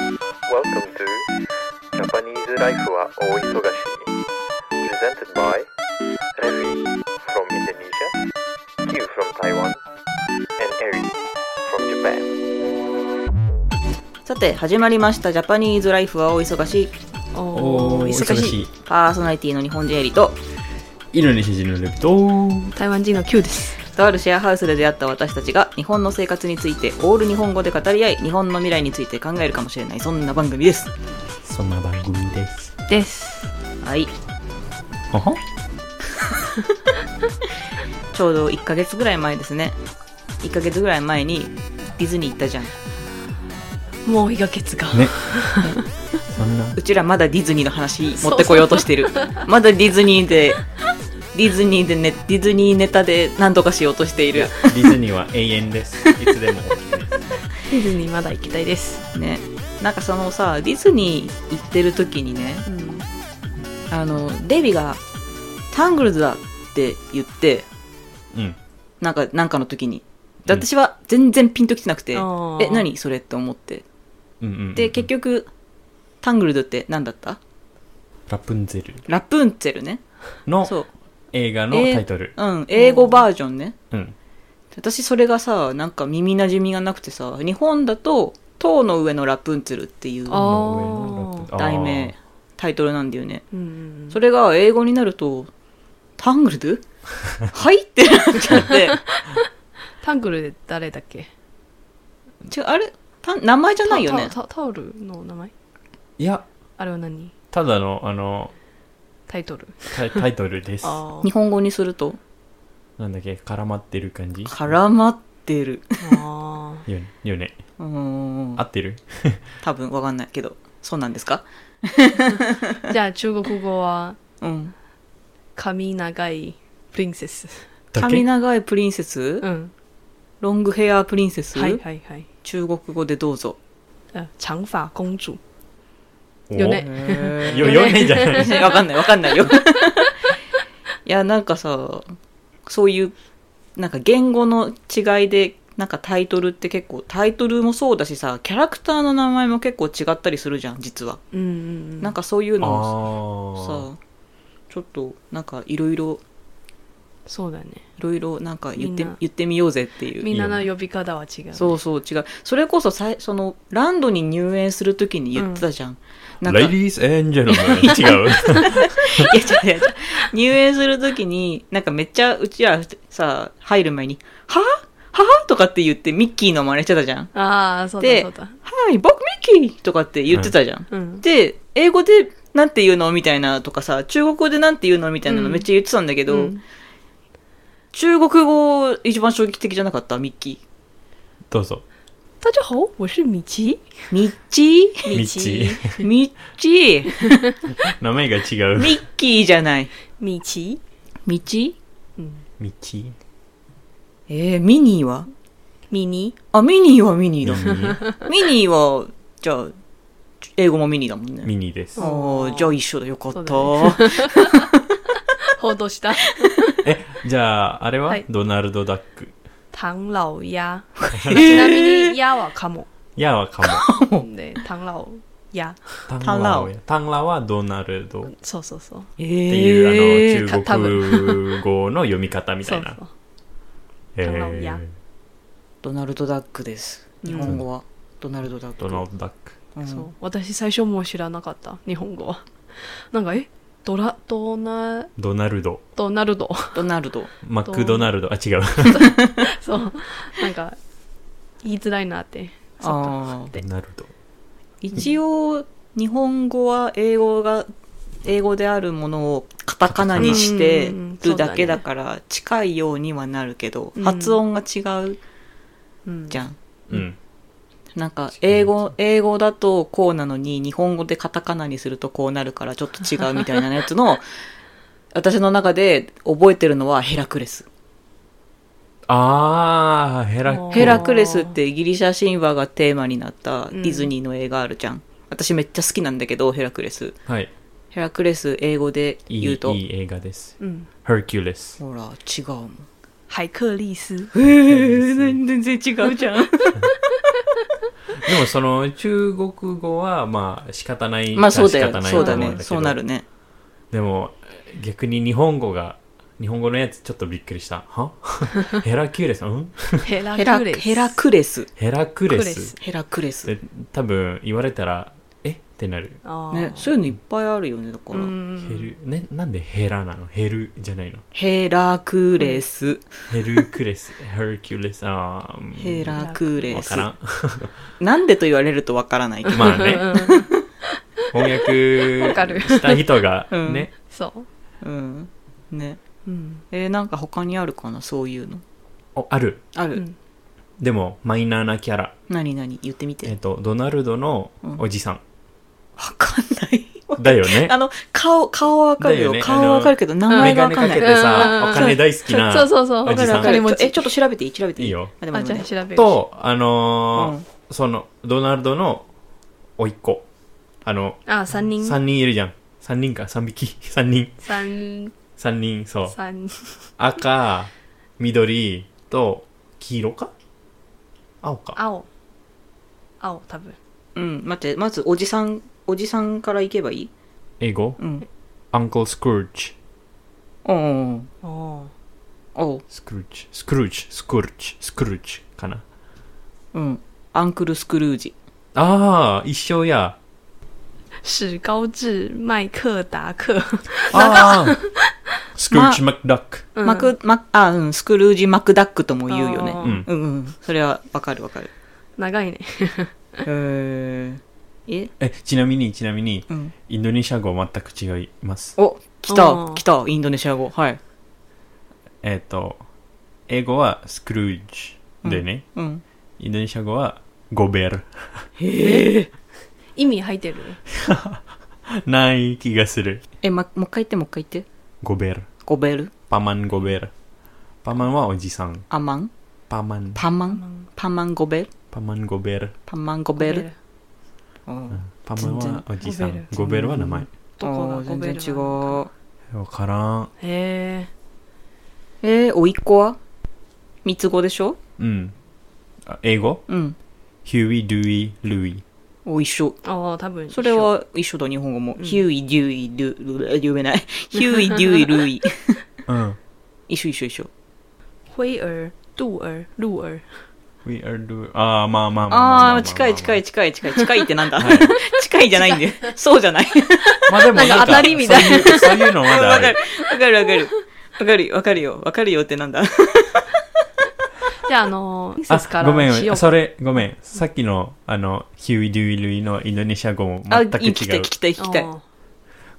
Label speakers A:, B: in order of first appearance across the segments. A: Welcome to Japanese Life は大忙しに Presented by Revi from Indonesia, Q from Taiwan, and Eri from Japan
B: さて始まりました「ジャパニーズライフは大忙しい」
C: おー忙しい
B: パーソナリティの日本人エリと
C: インドネシア人のレプト
D: 台湾人の Q です
B: とあるシェアハウスで出会った私たちが日本の生活についてオール日本語で語り合い日本の未来について考えるかもしれないそんな番組です
C: そんな番組です
D: です
B: はい
C: はは
B: ちょうど1ヶ月ぐらい前ですね1ヶ月ぐらい前にディズニー行ったじゃん
D: もう1ヶ月 が、
C: ねそんな
B: うちらまだディズニーの話持ってこようとしてるまだディズニーでディズニーでねディズニーネタで何とかしようとしている
C: ディズニーは永遠ですい つでも OK です
D: ディズニーまだ行きたいです、
B: ねなんかそのさディズニー行ってる時にね
D: うん、
B: あのデビが「タングルズだ」って言って
C: うん
B: なんかなんかの時にで私は全然ピンときてなくて「
D: あー
B: え何それ?」って思って
C: うんうんうん
B: で結局「タングルズ」って何だった
C: ラプンツェル
B: ラプンツェルね
C: の
B: そう、
C: 映画の
B: えー
C: タイトル、
B: うん、英語バージョンね
C: うん
B: 私それがさなんか耳なじみがなくてさ日本だと「塔の上のラプンツェル」っていう
D: あー
B: 題名タイトルなんだよね
D: うん
B: それが英語になると「タングルズ? 」 はいってなっちゃって
D: タングルで誰だっけ
B: 違うあれた名前じゃないよね
D: タタタオルの名前
C: いや
D: あれは何
C: ただのあの
D: タイトル
C: タイタイトルです
D: あ
B: 日本語にすると
C: なんだっけ絡まってる感じ
B: 絡まってる
D: ーあ
C: よねよね
B: うーん
C: 合ってる
B: 多分わかんないけどそうなんですか
D: ーじゃあ中国語は
B: うん
D: 髪長いプリンセス
C: だ
B: 髪
C: け
B: 長いプリンセス、
D: うん
B: ロングヘアプリンセス、
D: はいはいはい
B: 中国語でどうぞ
D: あ長发公主
C: お
D: よね
C: よよねじゃな い
B: わかんないわかんないよいやなんかさそういうなんか言語の違いでなんかタイトルって結構タイトルもそうだしさキャラクターの名前も結構違ったりするじゃん実は、
D: うんうん
B: なん
D: か
B: かそういうのをさ
C: ああ
B: さちょっとなんかいろいろ
D: そうだね
B: いろいろなんか言って
D: みんな
B: 言ってみようぜっていう
D: みんなの呼び方は違う
B: そうそう違うそれこそさいそのランドに入園するときに言ってたじゃん、なんか
C: レディース・エンジェル違
B: いや
C: う
B: 違う違う違う入園するときになんかめっちゃうちらさ入る前に「はぁはぁとかって言ってミッキーの真似してたじゃん
D: ああそうだ
B: で
D: そうだ
B: 「はい僕ミッキー!」とかって言ってたじゃん、
D: うん
B: で英語でなんて言うのみたいなとかさ中国語でなんて言うのみたいなのめっちゃ言ってたんだけど、
D: うん
B: 中国語一番衝撃的じゃなかったミッキー
C: どうぞ
D: 大家好，我是米奇。
B: ミッチ
C: 道
B: ーミッチー
C: 名前が違う
B: ミッキーじゃない。
D: 米奇，
B: ミッチ
D: 嗯，
C: 道
B: ーえー、ミニーは
D: 米妮，
B: あ、ミニーはミニ
C: ミ
B: ーだ。ミニーは、じゃあ、英語もミニーだもん
C: ニ
B: ね。
C: ミニです
B: あーじゃあ一緒だ。よかった。
D: そ 好多西达，
C: えじゃああれは、
D: はい
C: ドナルド・ダック
D: 唐老鸭。
B: え
D: 那
B: ー
D: 米 妮鸭哇卡姆，
C: ヤはカモ
D: 对，唐老鸭，
C: タンラオタンラはドナルドっ
D: そうそうそう，
B: え
C: ていう、
B: ー
C: あの
D: た多
C: 中国語の読み方みた
D: そ
C: いうな
D: そう。
C: え
D: タンラオヤ
C: ー、
B: ドナルド・ダックです。
D: うん
B: 日本語は、ドナルド・ダック。
C: ドナルド・ダック
B: うん
D: そう私最初もう知らなかった日本語は。なんかえドラドナ
C: ドナルド
D: ドナルド
B: ドナルド。
C: マクドナルドあ違う
D: そうなんか言いづらいなって。そっか
B: あー
C: ドナルド
B: 一応、日本語は英語が、英語であるものをカタカナにしてるだけだから近いようにはなるけど、
D: うん
B: 発音が違う
D: うん
B: じゃん。
C: うん
B: なんか英語英語だとこうなのに日本語でカタカナにするとこうなるからちょっと違うみたいなやつの私の中で覚えてるのはヘラクレス。
C: あーヘラ
D: もう
B: ヘラクレスってギリシャ神話がテーマになったデ
D: うん
B: ィズニーの映画あるじゃん。私めっちゃ好きなんだけどヘラクレス。
C: はい
B: ヘラクレス英語で
C: いい
B: 言うと。
C: いい映画です
D: うん
C: ヘルキュレス
B: ほら、違うもん。
D: 海克力斯
B: えー、全然違うじゃん。
C: でもその中国語はまあ仕方ない
B: まあそうだ
C: 仕
B: よ
C: 方ない
B: そうだ
C: と思ん
B: ね
C: けど
B: そうなるね
C: でも逆に日本語が日本語のやつちょっとびっくりしたは ヘラキュレスん
D: ヘラ
B: ヘラ
D: クレス。
B: ヘラクレス
C: ヘラクレ
D: クレ
C: ス
D: ス
B: ヘラクレス
C: で多分言われたらえってなる
D: あー
B: ねそういうのいっぱいあるよねだから、
D: うん
C: ヘル、ね、なんでヘラなのヘルじゃないの
B: ヘラクレス
C: ヘルクレスヘルキュレスあーうん
B: ヘラクレ
C: わ
B: ス
C: からん
B: なんでと言われるとわからないけど、
C: まあ
D: う
C: ね
D: んうん
C: 翻訳
D: わかる
C: した人が
B: うん
C: ね、
D: そう。
B: うんね
D: うん。
B: えー、なんか他にあるかなそういうの
C: おある
B: あ
D: う
B: る、
D: ん
C: でもマイナーなキャラ
B: 何何言ってみて
C: えっ、
B: わ
C: とドナルドの
B: うん
C: おじさん、
B: かんない
C: だよね
B: あの顔顔はわかるよ
C: だよね
B: 顔はわかるけど名前
C: メ
B: がわ
C: ガネ
B: か
C: か
B: んな
C: け
B: い
C: て
D: うん
C: さ、お金大好きな。
D: そうそうそう。
C: おじさん
B: わかるわかる
D: え、
B: えち
D: ち
B: ょ
D: ょ
B: っ
D: っ
B: と調べていい調べていい
C: いいよ
B: あでも
D: と、あ、
B: で
D: じ
B: も
D: ゃあ
B: ね
D: 調べる。
C: と、あ
B: う
C: の
B: ん
C: ーその、ドナルドの、おいっ子。あの、
D: あ、三人。
C: 3人いるじゃん。3人か、3匹。3人。
D: 三、
C: 3人、そう。
D: 三、
C: 赤、緑と、黄色か青か。
D: 青。青、多分。
B: うん待ってまずおじさんおじさんから行けばいい
C: 英語
B: うん
C: アンコル・スクルーチ。
B: おう
D: おー
B: おう
C: スクルーチ。スクルーチ。スクルーチ。スクルーチ。かな。
B: うんアンクルスクルージ
C: ああ、一緒や。
D: 史高治、麦克 达克。
C: ああ。スクルーチ・マック・ダック。
D: うん
B: マク、マク、あ、うん、スクルージ・マクダックとも言うよね。
D: あ
C: う
D: ー
C: ん。
B: うんうん。それはわかるわかる。
D: 長いね。
B: へえ。え
C: え、ちなみに、ちなみに、
B: うん。
C: インドネシア語は全く違います。
B: お、来
D: あ
B: た
D: ー、
B: 来た、インドネシア語。はい。
C: えっ、と、英語はスクルージでね、
B: うん。
C: インドネシア語はゴベル。
B: へえ。
D: 意味入ってる
C: ない気がする。
B: え、ま、もう一回言って、もう一回言って。
C: ゴベル。
B: ゴベル、
C: パマンゴベル。パマンはおじさん。
B: アマン、
C: パマン。
B: パマン、パマンゴベル、
C: パマンゴベル。
B: パマンゴベル。うん
C: パマンはおじさん。ゴベルは名前。
D: どこが
B: あー
D: ゴ
B: 全
D: ベ
B: 然
D: ル
B: 違
D: なの
B: う。
C: わからん。
D: へえ。
B: えー、おいっ子は三つ子でしょ
C: うん。あ英語
B: うん。
C: ヒューイ、ドゥイ、ルイ。
B: お、一緒。
D: ああ、多分。
B: それ。は一緒だ、日本語も。ヒューイ、デューイ、ル、ル、言え ない。ヒューイ、デューイ、ルイ。
C: うん。
B: 一緒一緒一緒。
D: 灰儿、杜儿、鹿儿。
C: We are do... ああ、まあまあまあまあまあまあま
B: あ
C: あ
B: あ、近い近い。近い近い近いってなんだ
C: はい
B: 近いじゃないんで。そうじゃ ない。
C: まあでもなん
D: なんか
C: か、
D: 当たりみたい
C: な。そういうのまだ
B: わ
C: あ
B: か
C: る
B: る。。わかるわかる。わかるよ、わかるよ。わかるよってなんだ。
D: じゃあ、あのー、ミセスか
C: あ、ごめ
D: らしよ
C: ん、
D: う。
C: それ、ごめん。さっきの、あの、ヒューイ・デュイ・ルイのインドネシア語も
B: あ、
C: 全く
B: 聞きた
C: 違
B: いう聞。きたい聞きたい。
D: あー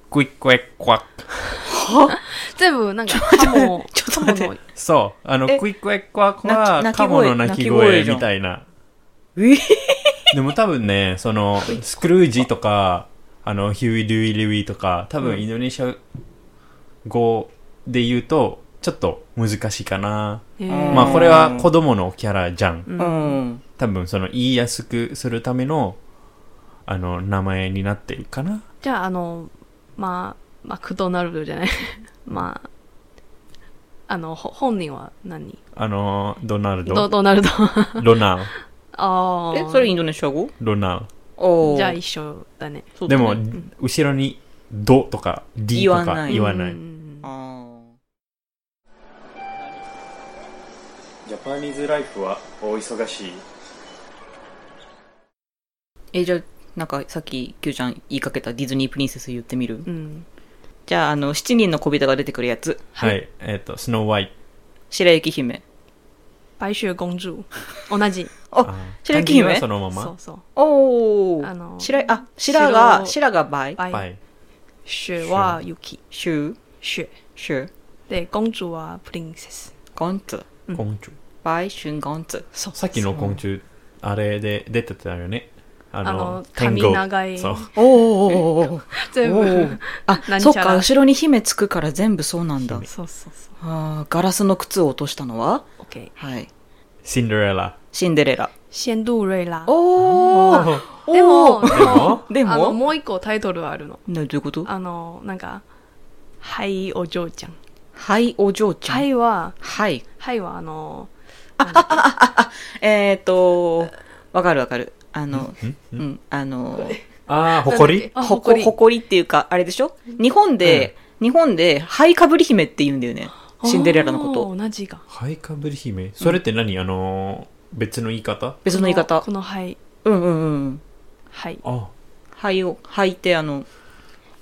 C: クイックエックワック。
D: 全部、なんか、カモ、
B: ちょっと待って
D: カモの
C: そう。あの、
B: え
C: クイックエックワック
B: 鳴
C: は、
B: き
C: カモの鳴
B: 鳴
C: き
B: き声
C: 声みたいな。
B: うい
C: でも多分ね、その、スクルージとか、あの、ヒューイ・デュイ・ルイとか、多
B: う
C: 分
B: ん
C: インドネシア語で言うと、ちょっと難しいかな。
D: へ
B: うん
D: ー
C: まあ、これは子供のキャラじゃん。
B: う
D: う。
B: んん。
C: 多分、その、言いやすくするための、あの、名前になってるかな。
D: じゃあ、あの、まあ、マクドナルドじゃない。 まあ、あの、ほ本人は何
C: あの、ドナル
D: ド
C: ド。
D: ドナルド。
C: ロナウ。
D: ああ。
B: え、それインドネシア語
C: ロナウ。
B: おー
D: じゃあ一緒だね。
B: そう
C: で
B: だね
C: も、後ろに、ドとか、ディと
B: 言わな
C: か
B: い
C: 言わない。
D: うん
B: あー
A: ジャパニーズライフは大忙しい
B: え、じゃあ、なんかさっき、キューちゃん言いかけたディズニープリンセス言ってみる
D: うん。
B: じゃあ、あの、七人の小人が出てくるやつ。
C: はい。えっ、と、スノーワイ
B: 白雪姫。
D: 白雪公主。同じ。
B: あ
C: ト。あ
B: 白雪
C: 漢字は
B: 姫
C: そのま
D: そう
C: ま。
D: そう。
B: お
D: あ
B: ー。
D: の、
B: 白い、あ、白が、
D: 白
B: 白が倍。
D: 白
C: はい。
D: 雪は雪。
B: シュー、
D: 雪。
B: シュー、
D: で、公主はプリンセス。
B: ゴンツ。
D: うん
C: 昆虫。
B: 倍、シュン、ゴンツ。
D: そう。
C: さっきの昆虫、あれで出てたよね。あ
D: あ
C: の
D: の、
C: 天
D: 髪
C: 狗
D: 長い
C: そう。
B: おーおーおーおー
D: 全
B: おー
D: 部。
B: あ
D: 何ちゃら
B: そっか後ろに姫つくから全部そうなんだ
D: そうそうそう。
B: あーガラスの靴を落としたのは
D: OK。
B: はい
C: シンデレラ。
B: シンデレラ
D: 仙杜瑞拉。
B: おーお
D: でも、
B: ー
D: でも、
B: で
D: あの、
B: も
D: もう一個タイトルはあるの。
B: などういうこと
D: あの、なんか、はい、お嬢ちゃん。
B: はいお嬢ちゃん
D: はいは、
B: はい
D: はいはあの、
B: えっとわかるわかるあの、
C: ん
B: うんん、あの、
C: ああ、ほ
D: なん
C: こ
D: だっ
C: り
D: けあ
B: ほ
D: 誇
B: こ、
D: り
B: ほこりっていうか、あれでしょ日本で、日本で、灰かぶり姫って言うんだよね。シンデレラのこ
D: あ
B: と。
D: ー同じが
C: ハイカブリ姫それって何あのー、別の言い方
B: 別の言い方
D: こ。のはい
B: うんうんうん。
D: はい
C: あ
B: 灰を、灰ってあの、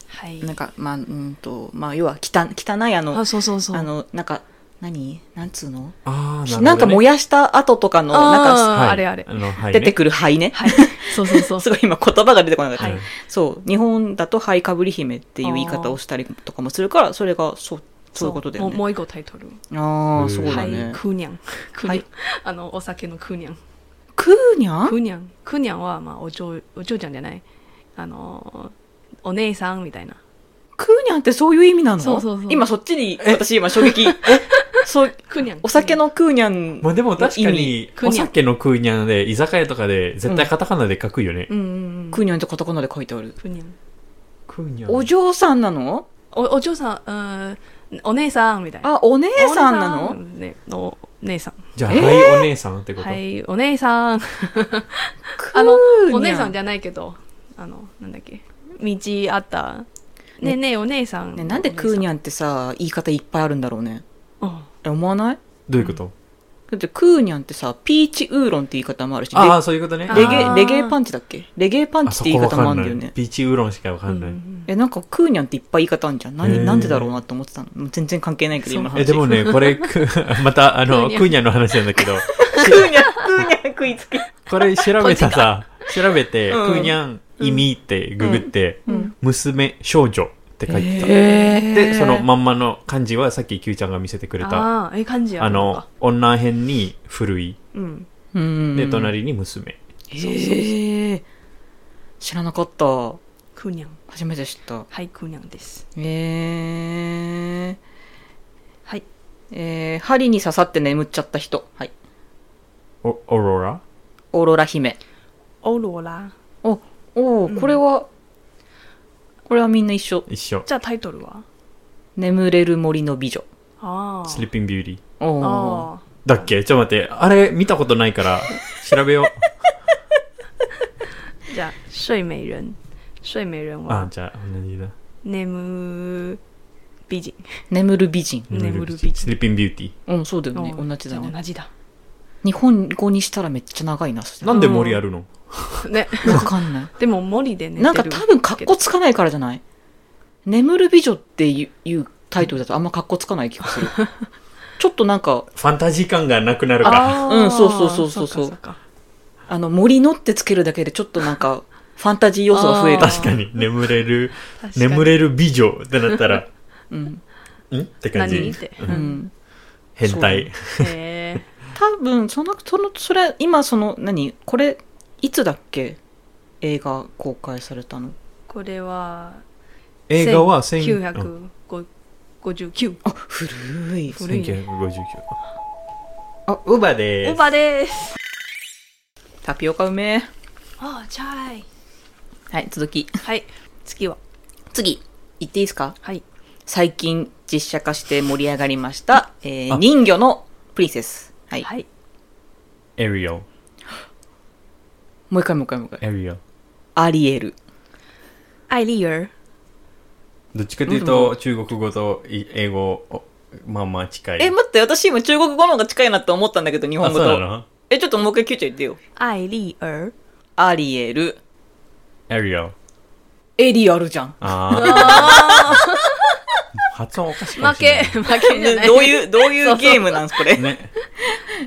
D: はい
B: なんか、まあ、うんと、まあ、要は汚、汚いあの
D: あ、そうそうそう
B: あの、なんか、何なんつうの
C: あー、なるほどね、
B: なんか燃やした後とかの、
D: あー
B: なんか、
C: はい
D: あれあれ
C: あの、はいね、
B: 出てくる灰ね。
D: はいそうそうそう
B: すごい今言葉が出てこなかった。
D: はい
C: うん
B: そう。日本だと灰かぶり姫っていう言い方をしたりとかもするから、それが、そう、そういうことだよ
D: も
B: ね
D: う。もう一個タイトル
B: あ
C: う
B: あ、
C: ん
B: そう
D: は
B: だ
D: い
B: ね。
D: クーニャンクー
B: は
D: ニャ
B: い
D: ンあのお酒のクーニャン
B: クーニャ
D: ク
B: ン
D: ーニャンクーニャンはまあお嬢お嬢ちゃんじゃないあのお姉さんみたいな
B: クーニャンってそういう意味なの
D: そうそうそう
B: 今そっちに、私今衝撃。そう、
D: クーニャン
B: お酒のクーニャン。
C: まあでも確か
B: の意味。
C: に、
D: クー
C: お
D: ニャン
C: 酒のクーニャンで、居酒屋とかで、絶対カタカナで書くよね。
D: うんうんうん
B: クーニャンってカタカナで書いてある。
D: クーニャン
C: クーニャン。
B: お嬢さんなの
D: おお嬢さんうんお姉さんみたいな
B: あ、お姉
D: お姉
B: さんなの
D: ねお姉さん
C: じゃあ、
B: えー
C: はい、お姉さんってこと、
D: はいお姉さん
B: クー
D: あ
B: ニャ
D: の
B: ン。
D: お姉さんじゃないけどあのなんだっけ道あったねえねえお姉さん
B: ね、なんでクーニ
D: ャン
B: ャンってさ、言い方いっぱいあるんだろうね。
D: あ
B: え思わない
C: どういうこと、
B: だってクーニャンってさ、ピーチウーロンって言い方もあるし、レ
C: ああ、そういうことね。
B: レゲ
D: あー
B: レゲエパンチだっけレゲエパン
C: あ
B: チっ
C: そ
B: て言
C: こ
B: い
C: わ
B: 方も
C: か
B: あ
C: ん
B: るんだよ
C: ない
B: ね。。
C: ビーチウーロンしかわかんない。
B: え、なんかクーニャンっていっぱい言い方あるじゃん。
C: へ
B: 何、
C: ー
B: なんでだろうなと思ってたの。もう全然関係ないけど、
D: そう
B: 今の話。
C: え、でもね、これ、く また、あの、
D: クーニャン
C: クーニャンの話なんだけど、
B: クーニャン、クーニャン食いつき。
C: これ調べたさ、調べて、
B: うん
C: クーニャン意味ってググって、娘、少女って書いてた。で、そのまんまの漢字はさっき Q ちゃんが見せてくれた、あ
D: あーええ感じや
C: の、女編に古い、
D: うん
B: うん。
C: で、。隣に娘。
B: ええ知らなかった。
D: クーニャン
B: 初めて知った。
D: はいクーニャンです
B: ええ
D: はい
B: えー、針に刺さって眠っちゃった人。はい。
C: おオロラ
B: オーロラ姫。
D: オロラ
B: お、おーこれは、これはみんな一緒。
C: 一緒。
D: じゃあタイトルは
B: 眠れる森の美女。
D: ああ
C: スリッピンビューティー。
B: おー
D: あ
C: だっけちょっと待って。あれ、見たことないから、調べよう。
D: ーじゃあ睡美人睡美人
C: あ
D: は、
C: じゃあ、同じだ。
D: 眠美人
B: 眠る美人。
D: 眠るビーチ
C: スリッピンビューティ
B: うん、そうだよね。
D: うん
B: 同じだ
D: じゃあ
B: ね。
D: 同じだ
B: 日本語にしたらめっちゃ長いな、そし
C: ー。
B: たら
C: なんで森あるの
D: ね
B: わかんない。
D: でも森で寝てる
B: なんか多分格好つかないからじゃない眠る美女っていういうタイトルだとあんま格好つかない気がす る。ちょっとなんか、
C: ファンタジー感がなくなるから。
D: あ
B: うんそうそうそうそうそう
D: っかっか
B: あの、森のってつけるだけでちょっとなんか、ファンタジー要素が増える
D: あー。
C: 確かに、眠れる、
D: 確かに
C: 眠れる美女ってなったら、
B: うん。
C: んって感じ。
D: 何って
C: う
B: うんん。
C: 変態。
D: へ
B: 多分、その、その、それ、今その、何これ、いつだっけ映画公開されたの。
D: ーこれは
C: 映画は1900
D: 1959
B: あ、古い。
D: 古いね
C: 1959。
B: あ
C: ウバで
D: オ
C: す
D: バです
B: タピオカうめえ。
D: ああチャイ
B: はい、続き。
D: はい次は
B: 次、言っていいですか
D: はい
B: 最近実写化して盛り上がりました、えー、
C: あ
B: 人魚のプリンセス。はい。
D: はい
C: エリオ。
B: もう一回もう一回もう一回。
C: エリオ。
B: アリエル。
D: アイリー
C: どっちかというと、中国語とい英語、おまあまあ近い。
B: え、待って、私今中国語の方が近いなって思ったんだけど、日
C: あ、
B: 本語
C: そうな
B: と。
C: の
B: え、ちょっともう一回キューちゃん言ってよ。
D: アイリー
B: アリエル。
C: エリオ。
B: エリアルじゃん。
C: ああ。発音おかしいかも
D: 負
C: しれ
D: け
C: ない。
D: 負けじゃな い
B: どう いう、どういうゲームなんす、これ。
C: ね。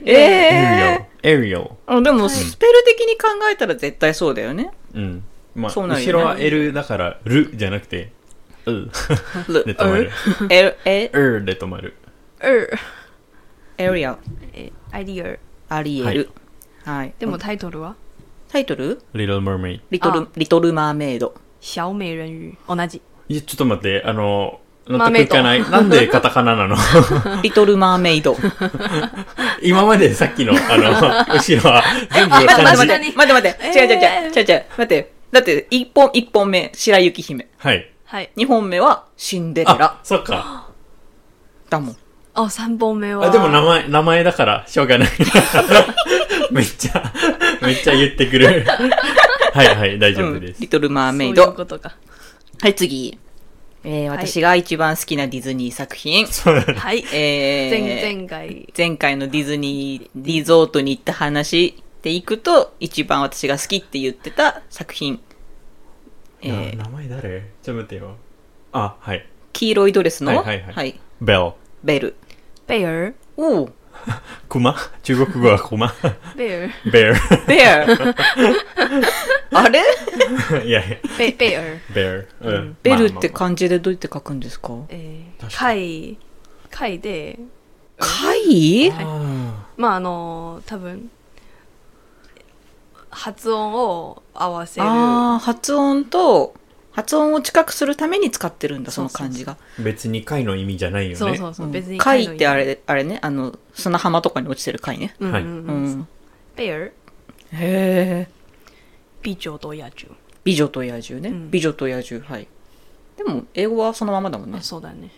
B: え
C: エリオ。エリオ。
B: ー。あでも、スペル的に考えたら絶対そうだよね。
C: うん。まあ、
B: そうなるよね
C: 後ろは L だから、ルじゃなくて、 う
B: ル
C: で止まる。
B: エル、エ、
C: うで止まる。
D: Er
B: エリアル。
D: えアイリー
B: アリエル。はい。
D: でもタイトルは
B: タイトル
C: Little Mermaid。
B: リトル
D: あ、
B: リトルマーメイド。
D: 小美人鱼同じ
C: いや、ちょっと待って、あの、
D: マ
C: 納
D: ーメイ
C: 得い
D: ド
C: かない。なんでカタカ ナなの
B: リトルマーメ イド。
C: 今までさっきの、あ の、後ろは全部
B: 待って
C: 漢
B: 待
C: 字
B: っ。て待って待って違う違う違う違う違う待ってだって一本一本目白雪姫
C: はい。
D: はい
B: 二本目はシンデレ
C: あ
B: ラ、
C: そっか。
B: だもん
D: あ三本目は
C: あ、でも名前、名前だから、しょうがない。 めっちゃ、めっちゃ言って くる。はいはい、大丈夫です。
B: リトル・マーメイ
D: そうい
B: ド
D: う。ことか。
B: はい、次。えー、
D: はい
B: 私が一番好きなディズニー作品。
C: そうだね。
D: はい。
B: えー、
D: 前前回。
B: 前回のディズニーリゾートに行った話で行くと、一番私が好きって言ってた作品。え
C: な
B: ー、
C: 名前誰ちょっと待ってよ。あ、はい。
B: 黄色いドレスの、
C: はいはいはいベル。
B: ベル。
D: ベア
B: おう、
C: クマ中国語はク マ
D: ベア
C: ベ ル。
B: ベア あれ
C: いやいや、
D: ベベ ア
C: ベル。うん
B: ベルって
C: まあまあまあ
B: 漢字でどうやって書くんですか
D: え
C: 確
D: ー、
C: か
D: 貝、貝で、
B: 貝
C: あ
D: まああの、多分、発音を合わせる。
B: ああ、発音と、発音を近くするために使ってるんだ、その
D: そうそうそう
B: 漢字が。
C: ー別に貝の意味じゃないよね。
D: そうそうそう、
B: うん
D: 別に
B: 貝ってあ
D: で。
B: れ、あれね、あの、砂浜とかに落ちてる貝ね。
D: うん
C: は
D: う
C: い
D: ん
B: う
D: うん。
B: ん。
D: ベア
B: へえ。
D: 美女と野獣。
B: 美女と野獣ね。
D: うん
B: 美女と野獣、はい。でも、英語はそのままだもんね
D: あ。そうだね。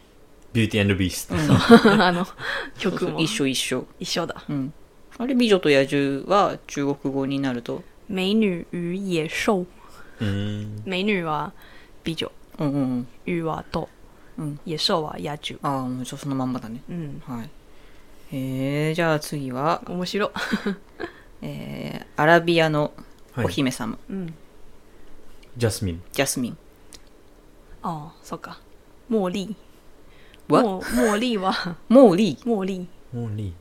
C: ビューティービースト。
D: あの、
B: そう
D: 曲
B: そう
D: も
B: 一緒一緒。
D: 一緒だ。
B: うん。あれ、美女と野獣は中国語になると、
D: 美女与野兽。
C: うーん。
D: 美女は美女、
B: うんうんうん。
D: 女はと、
B: うん
D: 野兽は野獣。
B: ああ、もうちょそのまんまだね。
D: うん。
B: はい。へえ、じゃあ次は、
D: 面白 い。
B: えー、アラビアの
C: は
B: お
C: い。
B: 姫様、
D: うん。
C: ジャスミン。
B: ジャスミン。
D: ああ、そうか。モーリー。
B: は
D: モーモーリーは、
B: モーリー。
D: モーリー。
C: モーリー。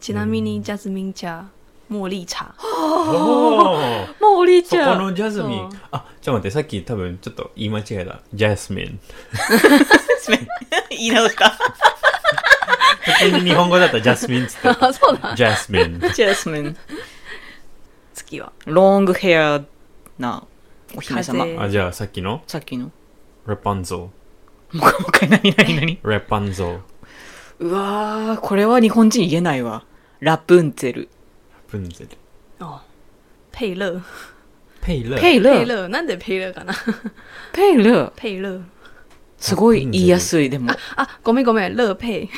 D: ちなみに、ジャスミン茶、モーリー茶。
C: おー
B: モーリー
C: そこのジャズミ
D: そ
C: ン。あ、ちょっと待って、さっき多分ちょっと言い間違えた。ジャスミン。
B: 言い直 した。
C: 普通に日本語だったらジャスミンっつって。
D: あ、 そうだ。
C: ジャスミン。
B: ジャスミン。
D: 次は。
B: ロングヘアなお姫様。
D: 風
C: あ、じゃあさっきの
B: さっきの。
C: レパンゾ
B: もう一回何何何
C: ー。レパンゾー。
B: うわー、これは日本人言えないわ。ラプンツェル。
C: プンゼル。
D: あペイルー。
C: ペイラー。
B: ペイ
D: ペイ
B: ル。
D: ルー。なんでペイルーか な
B: ペイル。
D: ペイルー。
B: すごい言いやすい、でも。
D: あ、ごめんごめん。ルーペイ。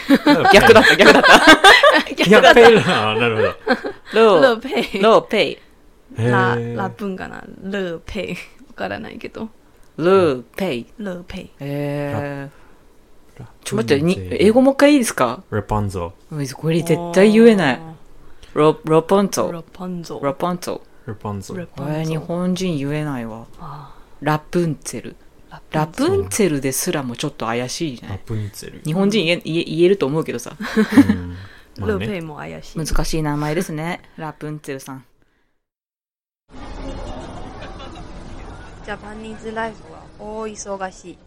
B: 逆だった、逆だった。
C: いや、 ペイラー。あなるほど。
D: ル
B: ロ
D: ー
B: ー、
D: ペイ。
B: ローペイ。
C: へ
D: ラ
C: ー
D: ラプンかなルーペイ。わからないけど。
B: ルーペイ。
D: ルーペイ。
B: えー。
C: ラ
B: ちょ、待って、に
C: プンゼル
B: 英語もう一回いいですか
C: レパンゾ
B: うんこれ絶対言えない。ロ、ロポンツ
D: おー。
B: ォ。
D: ラパンゾー。
B: ロポンツォ。
C: ー。レパンゾー
D: ラ。
B: こ
D: パ
B: れ
D: ンゾ
B: 日
D: ー。
B: 本人言えないわ。
D: あ
B: ラプンツェル。
D: ー
B: ラプ
D: ン
B: ンツェルですらもちょっと怪しいじゃな
C: ラ
B: い
C: プンツェル。
B: 日本人言え言え言えると思うけどさ。
C: うんま
D: ル
C: あ
D: ーペ
C: ね
D: イも怪しい。
B: 難しい名前ですね。ラプンツェルさん。
E: ジャパニーズライフは大忙しい。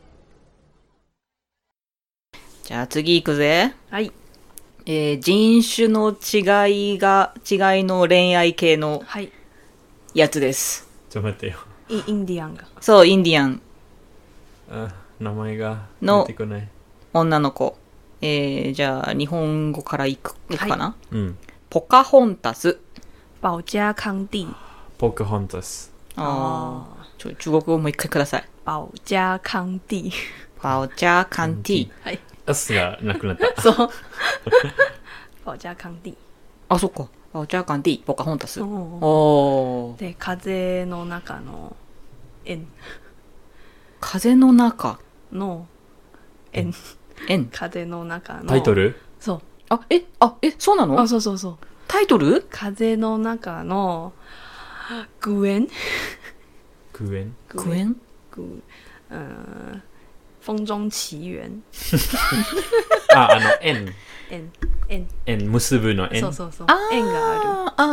B: じゃあ次行くぜ。
D: はい。
B: えー人種の違いが、違いの恋愛系の
D: はい。
B: やつです。
C: ちょ、待ってよ。
D: イインディアンが。
B: そう、インディアン、
C: あ名前が
B: の
C: 出てこない。
B: 女の子。えー、じゃあ日本語から行く行くかな、
C: うん。
B: ポカホンタス。
D: 保加康帝。
C: ポケホンタス。
B: ああ。ちょ、中国語もう一回ください。
D: 保加康帝。
B: バオチャーカンティ。
D: はい。
C: アスがな くなった。
D: そう。保加康帝。
B: あ、そっか。バオチャーカンティ、ポカホンタス。お
D: おー
B: おー。
D: で、風の中の円
B: 風の中。
D: の円。
B: 円。
D: 風の中の。
C: タイトル
D: そう。
B: あ、え、あ、え、そうなの
D: あ、そうそうそう。
B: タイトル
D: 風の中の、グエン
C: クエン。
B: クエン
D: グ、うん、風中奇缘。
C: あ、あの、円。
D: 円。円。
C: 円、結ぶの円。
D: そうそうそう
B: あ。
D: 円がある。
B: ああー、あー
D: う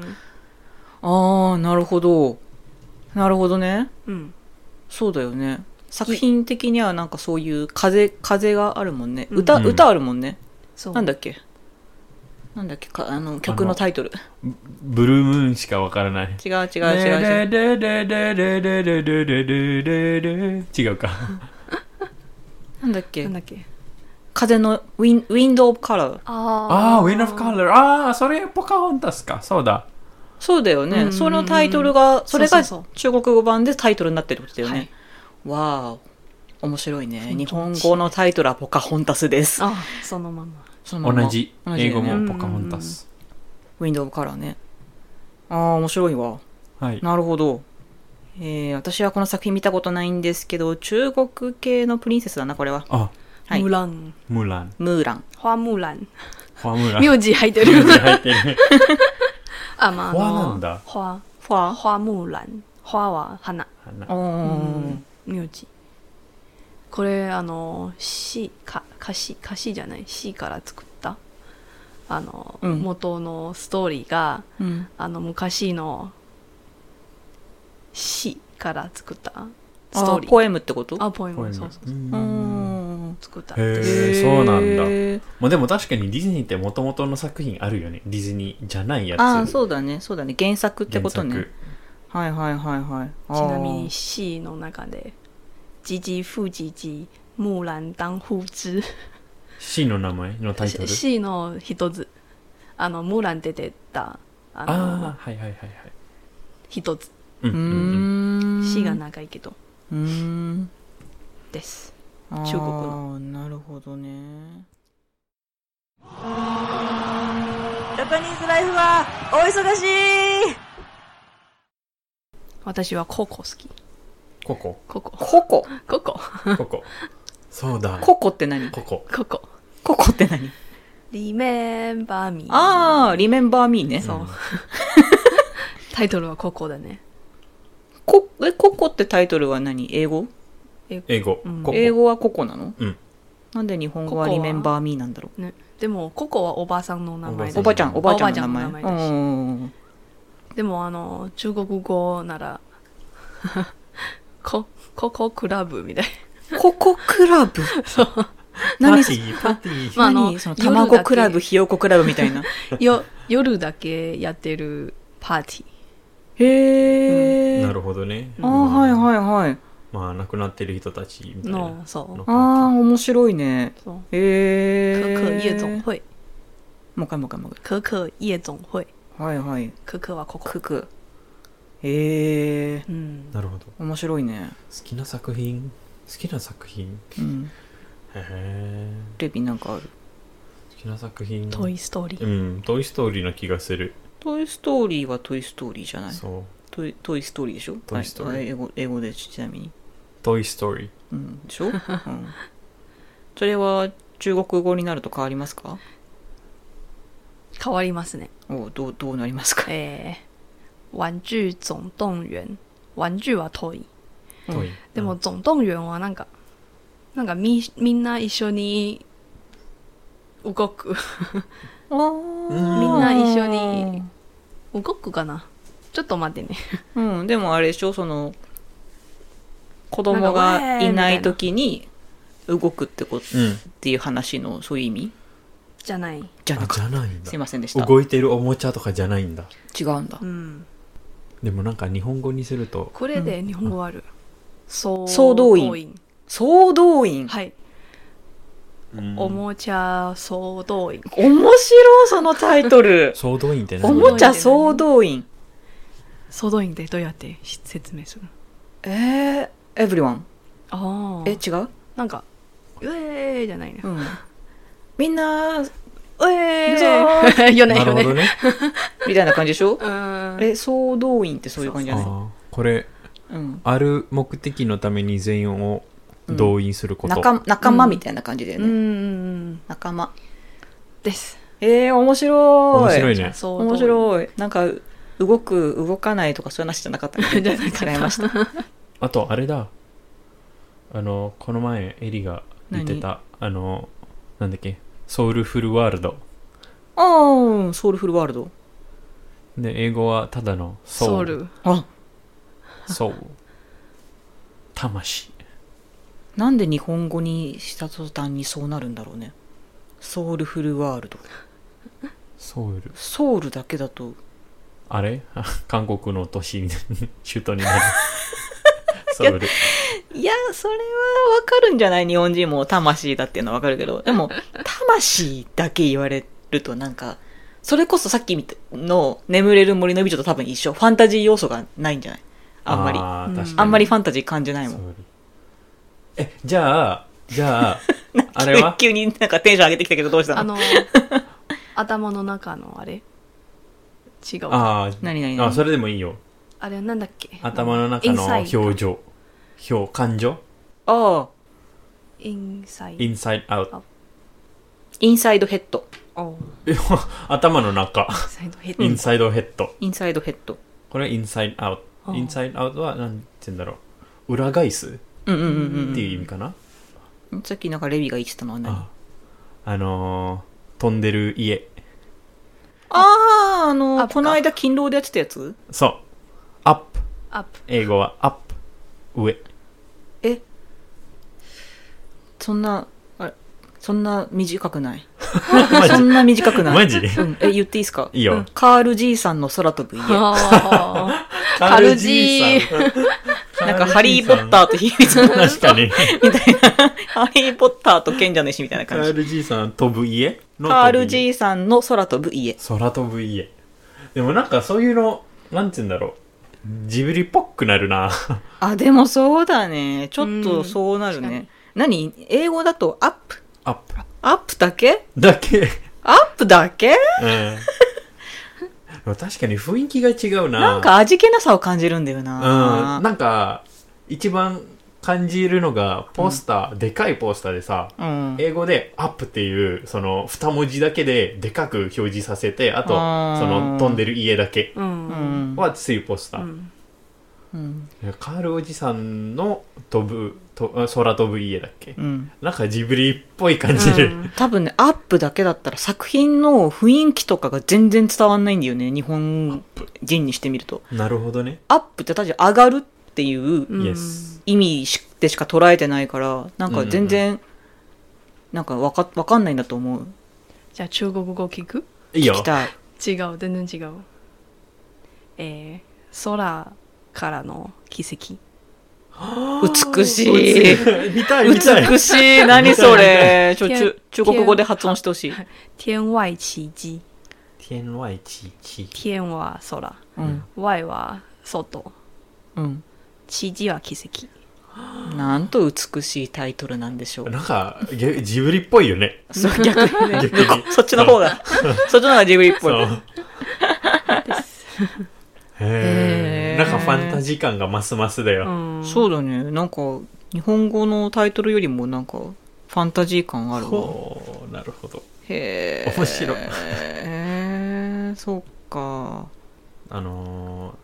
D: ん
B: あー、なるほど。なるほどね。
D: うん。
B: そうだよね。作品的にはなんかそういう風、風があるもんね。
D: うん
B: 歌、
C: うん
B: 歌あるもんね。
D: そう。
B: なんだっけなんだっけか、あの、曲のタイトル。
C: ブルームーンしかわからない。
B: 違う違う違う違う。
C: 違うか。
B: なんだっ
D: な
B: け
D: んだっけ
B: 風のウィン、ウィンドウオブカラー。
D: あ
C: ああ、ウィンドオブカラー。ああ、それポカホンタスか。そうだ。
B: そうだよね。
D: うん
B: そのタイトルが、それが
D: そうそう
B: 中国語版でタイトルになってるってことだよ
D: は
B: ね
D: い。
B: わーお。面白いね。日本語のタイトルはポカホンタスです。
D: あそのまま。
B: そのまま
C: 同じ。
B: 同じだ
C: 英
B: よ
C: 語
B: ね
C: もポカホンタス。
B: ウィンドウオブカラーね。ああ、面白いわ。
C: はい。
B: なるほど。えー、私はこの作品見たことないんですけど、中国系のプリンセスだな、これは。
C: あ、
B: はい
D: ム。ラン。
C: ムーラン。
B: ムーラン。
D: ファムラン。
C: ファムーラン。
D: 名字入ってる。
C: 入ってる。
D: あ、まあ、あの
C: 花なんだ
D: 花。
B: ファ
D: 花木蘭。花は花。
B: ー。お
D: 名字。これ、あの、詩、か、歌詞、歌詞じゃない、詩から作った、あの、
B: うん
D: 元のストーリーが、
B: ー。うん。
D: あの、昔の詩から作ったストーリ
B: あ
D: ー。
B: ポエムってこと
D: あ、ポエ
C: こう
D: ム、
C: いう
D: そ
C: の
D: うそう
C: う。
D: そう。
B: うんん。
D: 作った。
C: へえ、そうなんだ。
B: へー
C: まあでも確かにディズニーって元々の作品あるよね。ディズニーじゃないやつ。
B: ああ、
C: う
B: そうだね。そうだね。原作ってことね。はいはいはいはい。あ
D: ち
B: ー
D: なみに C の中で、ジジフジジ、木蘭当户織。
C: C の名前のタイトル。
D: C の一つ。あの、木蘭出てた、あの、
C: ああ、はいはいはいはい。
D: 一つ。
C: うん
B: うー
C: うん
B: ん。
D: C が長いけど、
B: うーん。
D: です。
B: 中
D: 中国の。
B: なるほどね。
E: ジャパニーズライフはお忙しい
D: 私はココ好き。
C: ココ、
D: ココ。
B: ココ。
D: ココ。
C: ココ。そうだ。
B: ココって何
C: ココ。
D: ココ。
B: ココって何
D: Remember me.
B: ああ、リメンバーミーね。
D: そう。タイトルはココだね。
B: コえココってタイトルは何英語
C: 英語。
D: うん
C: ココ。
B: 英語はココなの
C: うん
B: なんで日本語
D: ココ
B: は
D: は
B: リメンバーミーなんだろう
D: ね、でも、ココはおばさんの名前
C: う
B: お
D: だ
C: ん
B: ばちゃん、おばあちゃんの名
D: おば
B: 前。
D: あちゃんの名前だし
B: うん
D: でも、あの、中国語なら、コ、ココクラブみたい。
B: ココクラブ。
D: そう。
B: 何
C: パティ、パティ。
D: まああの
B: 何その
D: 夜だけ
B: 卵クラブ、ひよこクラブみたい な。
D: よ、夜だけやってるパーティー。
B: へえ。
C: なるほどね。
B: ああ、はい
C: い。
B: はいはい。
C: まあ亡くなってる人たちみたい
D: の
C: な。、
D: そ
B: ああ、面白いね。
D: う。そう。
B: へ
D: 可
B: え。
D: 可夜总会。
B: もう一回もう一回もう一
D: 可可夜总会。
B: 回。はいはい。
D: 可可はここ。
B: クク。へえ。
D: うん。
C: なるほど。好
B: 面白いね。
C: きな作品好きな作品
B: うん。
C: へえ。
B: レビなんかある。
C: 好きな作品
D: トイストーリー。
C: うん、トイ・ストーリーな気がする。
B: トイ・ストーリーはトイ・ストーリーじゃない
C: そう。
B: トイトイ・ストーリーでしょ
C: トイストーリー
B: はい英語英語でちなみに。
C: トイ・ストーリー。
B: うん。でしょ、うん、それは中国語になると変わりますか
D: 変わりますね。
B: おうどうどうなりますか
D: えー、玩具总動員。玩具はトイ。
B: うん
C: トイ。
D: でも、总動員はなんか、なんかみ、みんな一緒に動く。
B: あー
C: み
D: んな一緒に。動くかなちょっと待ってね。
B: うん、でもあれでしょその、子供がいない時に動くってこと
C: うん。うん
B: っていう話のそういう意味
D: じゃない。
B: じゃな
C: あ、
B: く
C: じゃないんだ
B: すい。ませんでした。
C: 動いてるおもちゃとかじゃないんだ。
B: 違うんだ
D: う。ん。
C: でもなんか日本語にすると、
D: これで日本語ある。総
B: 総動員総動員。
D: はい。
C: うん
D: おもちゃ総動員。
B: 面白い、そのタイト ル。
C: 総動員って
B: お
C: 何
B: もちゃ総動員。
D: 総動員ってどうやってし説明するの
B: えー、エブリワン。
D: ああ。
B: え、違う
D: なんか、うえーじゃないね
B: う。ん。みんな、うえー
D: えー、 よね、
C: なる
D: よ
C: ほ
D: ね。
C: ど ね。
B: みたいな感じでしょ
D: うーん。
B: え、総動員ってそういう感じじ
C: あ
B: ゃない
C: ーこれ、
B: うん。
C: ある目的のために全員を動員すること。
B: 仲仲間みたいな感じだよ
D: う
B: ね。
D: ん。
B: 仲間。
D: です。
B: えー、面白い。
C: 面白いね。
D: 総動員
B: 面白い。なんか、動く、動かないとかそういう 話じゃなかったね
D: じゃなかった
B: 違いました。
C: あと、あれだ。あの、この前、エリが言ってた、あの、なんだっけ、ソウルフルワールド。
B: ああ、ソウルフルワールド。
C: で、英語はただのソウ
D: ソウル。
B: あ、
C: そう。魂。
B: なんで日本語にした途端にそうなるんだろうね。ソウルフルワールド。
C: ソウル。
B: ソウルだけだと、
C: あれ 韓国の都市みたいな、首都 になる。ソウル。
B: いや、それはわかるんじゃない日本人も魂だっていうのはわかるけど。で も、魂だけ言われるとなんか、それこそさっきみたの眠れる森の美女と多分一緒。ファンタジー要素がないんじゃないあんまり。あ
C: あー
D: うん
C: 確かに
B: んまりファンタジー感じないもん
C: ソ。ウルえ、じゃあ、じゃあ、あれは
B: 急に なんかテンション上げてきたけどどうしたの
D: あの、頭の中のあれ違うあ
C: あー
B: 何々々
C: あそれでもいいよ
D: あれはなんだっけ
C: 頭の中の
D: インサイド
C: 表情表感情
B: ああ、
D: インサイ
C: インサイドアウト
B: インサイドヘッド。
D: ド
C: 頭の中
D: インサイドヘッド
C: インサイドヘッド
B: インサイドヘッド。
C: これインサイドアウ
D: あ
C: トインサイドアウトは何て言うんだろう裏返す
B: うんうんうん
C: っていう意味かな、
B: うん。さっきなんかレビが言ってたのは何あ
C: ああのー飛んでる家
B: あー、あ
D: アッ
B: の、
D: プか
B: この間勤労でやってたやつ
C: そうアップ
D: アップ
C: 英語はアップ上
B: えそんな、あれそんな短くない。そんな短くない。
C: マジ
B: うん、え、言っていいですか
C: いいよ、
B: カール爺さんの空飛ぶ家。な
D: あ
C: カルジーさん
B: んか、ハリー・ポッターと秘密の話
C: 確かに
B: ハリー・ポッターと賢者の石みたいな
C: カ
B: 感
C: ー
B: じ。
C: ル爺さん飛ぶ家の
B: カール
C: 飛ぶ家
B: 爺さんの空飛ぶ家。
C: 空飛ぶ家でもなんかそういうのなんて言うんだろうジブリっぽくなるな
B: あ、でもそうだね。ちょっ
D: う
B: と
D: ん
B: そうなる
D: 確かに
B: ね。何英語だとアップ
C: アップ
B: アップだけ
C: だけ
B: アップだけ
C: うんでも確かに雰囲気が違うな
B: なんか味気なさを感じるんだよな。
C: うんなんか一番感じるのがポスター、でかいポスターでさ、
B: うん。
C: 英語で「アップ」っていうその二文字だけででかく表示させてあと
B: あー
C: その飛んでる家だけ
D: ーうん
B: う
D: うん
B: ん。
C: は強いポスタ
D: う
C: ー、
D: ん
B: うん。
C: カールおじさんの飛ぶとあ空飛ぶ家だっけ、
B: うん。
C: なんかジブリっぽい感じで、
B: 多分ね、アップだけだったら作品の雰囲気とかが全然伝わんないんだよね。日本人にしてみると。
C: なるほどね
B: アップって確か上がるっていう
D: うん
C: Yes
B: 意味しでしか捉えてないから、なんか全然、なんかわか、わかんないんだと思う。
D: じゃあ中国語聞く
C: いい
B: 聞
C: よ
B: きたい。
D: 違う全然違うえー、空からの奇跡
B: 美しい。
C: 見たい見たい
B: 美しい。何それ。ちょ、
D: 天
B: 中中国語で発音してほしい。
D: 天外奇迹
C: 天外地地
D: 天は空
B: うん。
D: 外は外
B: うん。
D: 奇迹は奇跡
B: なんと美しいタイトルなんでしょう。
C: なんかげジブリっぽいよね
B: そう、 逆にね。
C: 逆に
B: そっちの方が、そっちの方がジブリっぽ
C: そ
B: い。
C: うへ
B: へ
C: え
B: ー
C: なんかファンタジー感がますますだ
D: う
C: よ、
D: ん
B: そうだね。なんか、日本語のタイトルよりもなんか、ファンタジー感あるわ。
C: ほうなるほど
B: へえ。
C: 面白い
B: へえ、そうか。
C: あのー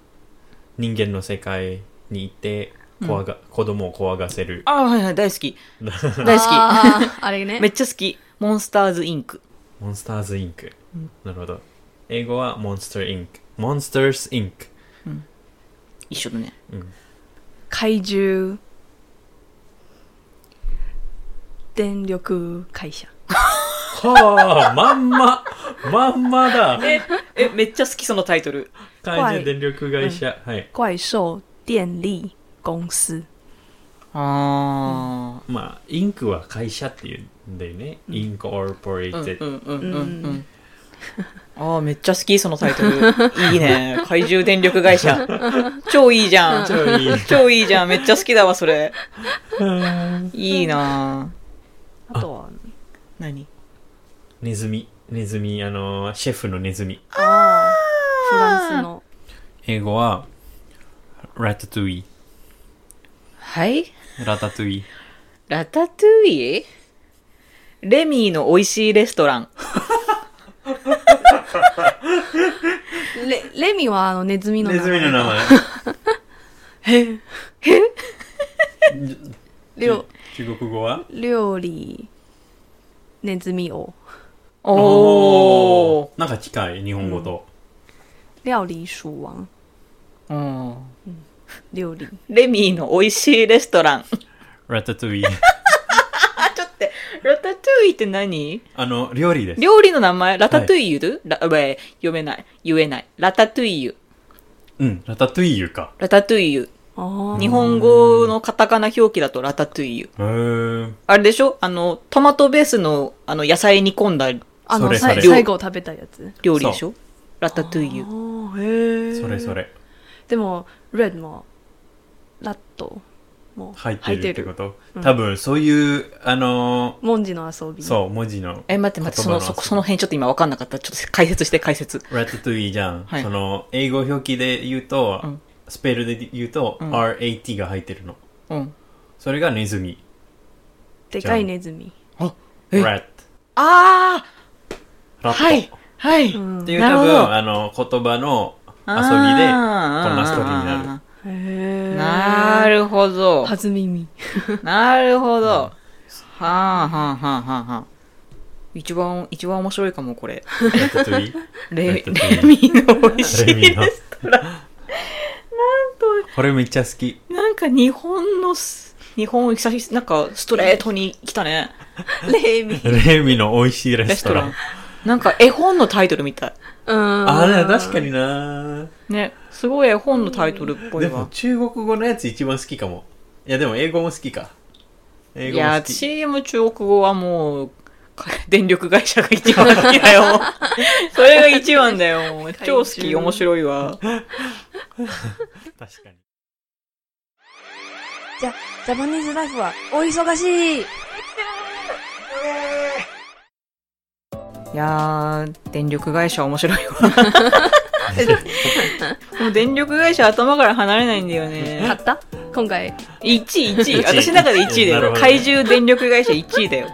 C: 人間の世界にいて怖が、子供を怖がせる
B: ああ、はいはい、大好 き。大好
D: あ ーあれね
B: き。めっちゃ好き。モンスターズインク。
C: モンスターズインク、なるほど英語はモンスターインクモンスターズインク
B: 一緒だね。
D: 怪獣電力会社
C: はあ まんままんまだ
B: え、え、めっちゃ好き、そのタイトル。
C: 怪獣電力会社、はい
D: 怪兽電力公司
B: あ
C: まあインクは会社っていうんだよね、インコーポレイ
B: あ。うん
C: テッ
B: う
C: ド、
B: んうんうんうん。ああ、めっちゃ好き、そのタイト ル。いいね。怪獣電力会社。 超いいじゃん。
C: 超いい
B: 超いいじゃん。めっちゃ好きだわ、それ。いいなぁ
D: あとは
B: 何
C: ネズミネズミあのーシェフのネズミ
D: あーフランスの
C: 英語はラタトゥイ
B: はい
C: ラタトゥイ
B: ラタトゥイユレミーの美味しいレストラン。
D: レレミはあのネズミの
C: ネズミの名前
D: 料
C: 中国語は
D: 料理ネズミを
B: おー。
C: なんか近い日本語と、
D: 料理鼠王
B: うん
D: 料理
B: レミーの美味しいレストラン。
C: ラタト ゥイ
B: あ、ちょっと待って、ラタトゥイユって何
C: あの料理です
B: 料理の名前ラタトゥイユ、ラうえ読めない。言えない。ラタトゥイユ。
C: うんラタトゥイユか
B: ラタトゥイユ。
D: あー
B: 日本語のカタカナ表記だとラタトゥイユ。
C: へー
B: あれでしょあの、トマトベースのあの野菜煮込んだ
D: あの
C: それ
D: さい
C: それ
D: 最後食べたやつ
B: 料理でしょラタトゥイユ
D: あ。ーへえ
C: それそれ
D: でもレッドもラットもう
C: 入ってるってこと
D: うん
C: 多分そういうあの
D: 文字の遊び
C: ーそう文字の
B: え、待って待って、その、
C: 言葉
B: そ
C: の
B: こ、その辺ちょっと今わかんなかった。ちょっと解説して解説。
C: ラタトゥイじゃん、
B: はい
C: その英語表記で言うと、
B: うん
C: スペルで言うと、
B: うん
C: RAT が入ってるの
B: うん。
C: それがネズミ
D: でかいネズミ
B: あ、え、
C: rat
B: あ
C: ラ
B: あ
C: ット、
B: はいはい、
D: うん
C: っていう
B: なる
C: 多
B: ほど
C: 分あの言葉の遊びでこんなストーリーになる
B: る。
D: へえ
B: なるほど。
D: 初耳
B: なるほど。はあはあはあはあはあ。一番、一番面白いかも、こ れ。
C: ラタトゥイ
B: レ、レ
C: レレ
B: ミの美味し
C: レミ
B: い
C: の
B: レストラン。
C: これめっちゃ好き
B: なんか日本のす、日本久し、なんかストレートに来たね。
D: レミ
C: レミの美味しいレ
B: レ
C: ス
B: ス
C: ト
B: ト
C: ラ
B: ラ
C: ン
B: ン。なんか絵本のタイトルみたい。
D: うん
C: あれ確かにな
B: ね。すごい絵本のタイトルっぽい
C: でも
B: わ。
C: 中国語のやつ一番好きかもいやでも英語も好きか英
B: い
C: 語も
B: や
C: 好、き
B: CM 中国語はもう、か電力会社が一番好きだよ。 それが一番だよ。もう超好
D: 怪
B: き、
D: 獣
B: 面白いわ。
C: 確かに
E: じゃ、ジャパニーズライフはお忙しい
B: いやー、電力会社面白 いわ。 もう電力会社頭から離れないんだよ
D: 買
B: ね。
D: った今回
B: 1位、1
C: 一
B: 位。
C: 位
B: 私の中で1位だ
C: なる
B: よ。
C: ほど
B: 怪獣電力会社1位だよ。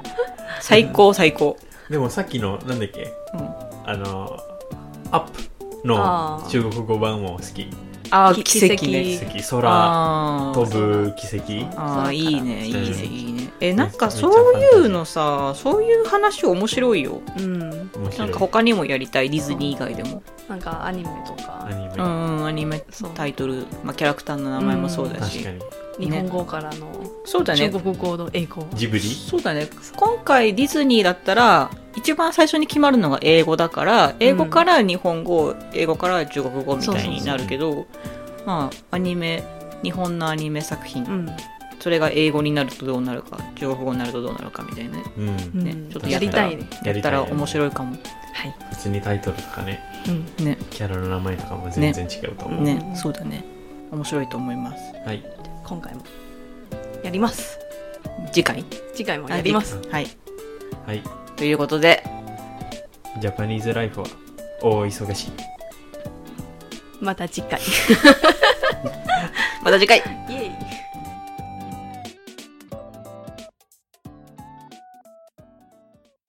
B: 最高、最高。
C: でもさっきのなんだっけ
B: うん、
C: あのアップの
D: あー
C: 中国語版も好き
B: あー、
D: き
B: 奇跡ね。
D: 奇
C: 奇跡空
B: あー
C: 飛ぶ奇跡
B: あー、いいね、いい
C: うん
B: ね、いいね。え、なんかそういうのさ、そういう話面白いよ。
D: うん
C: 面白
B: ないんか他にもやりたい、ディズニー以外でも。
D: なんかアニメとか
C: アニメ
B: う
C: 確
B: ん、アニメ
D: そう
B: タイトル、まあ、キャラクターの名前もそうだし
C: か。に
D: 日本語からの
B: そうだね
D: 中。国語の英語
C: ジブリ
B: そうだね今回ディズニーだったら一番最初に決まるのが英語だから英語から日本語、英語から中国語みたいになるけどまあアニメ日本のアニメ作品、
D: うん
B: それが英語になるとどうなるか中国語になるとどうなるかみたいなね、
C: うん
D: うん
B: ねちょっと
D: や
B: や
D: り
B: った
D: た
B: ら
D: いね
C: や
B: や
C: り
B: ったた
C: いよ
B: ら
C: ね
B: 面白いかも
D: はい
C: 普通にタイトルとかね
D: うん
B: ね
C: キャラの名前とかも全然違うと思う、
B: ね、
D: うん
B: そうだね面白いと思います
C: はい
D: 今回もやります
B: 次回
D: 次回もやります
B: はい
C: はい
B: ということで
C: ジャパニーズライフは大忙しい
D: また次回
B: また次回
D: イエーイ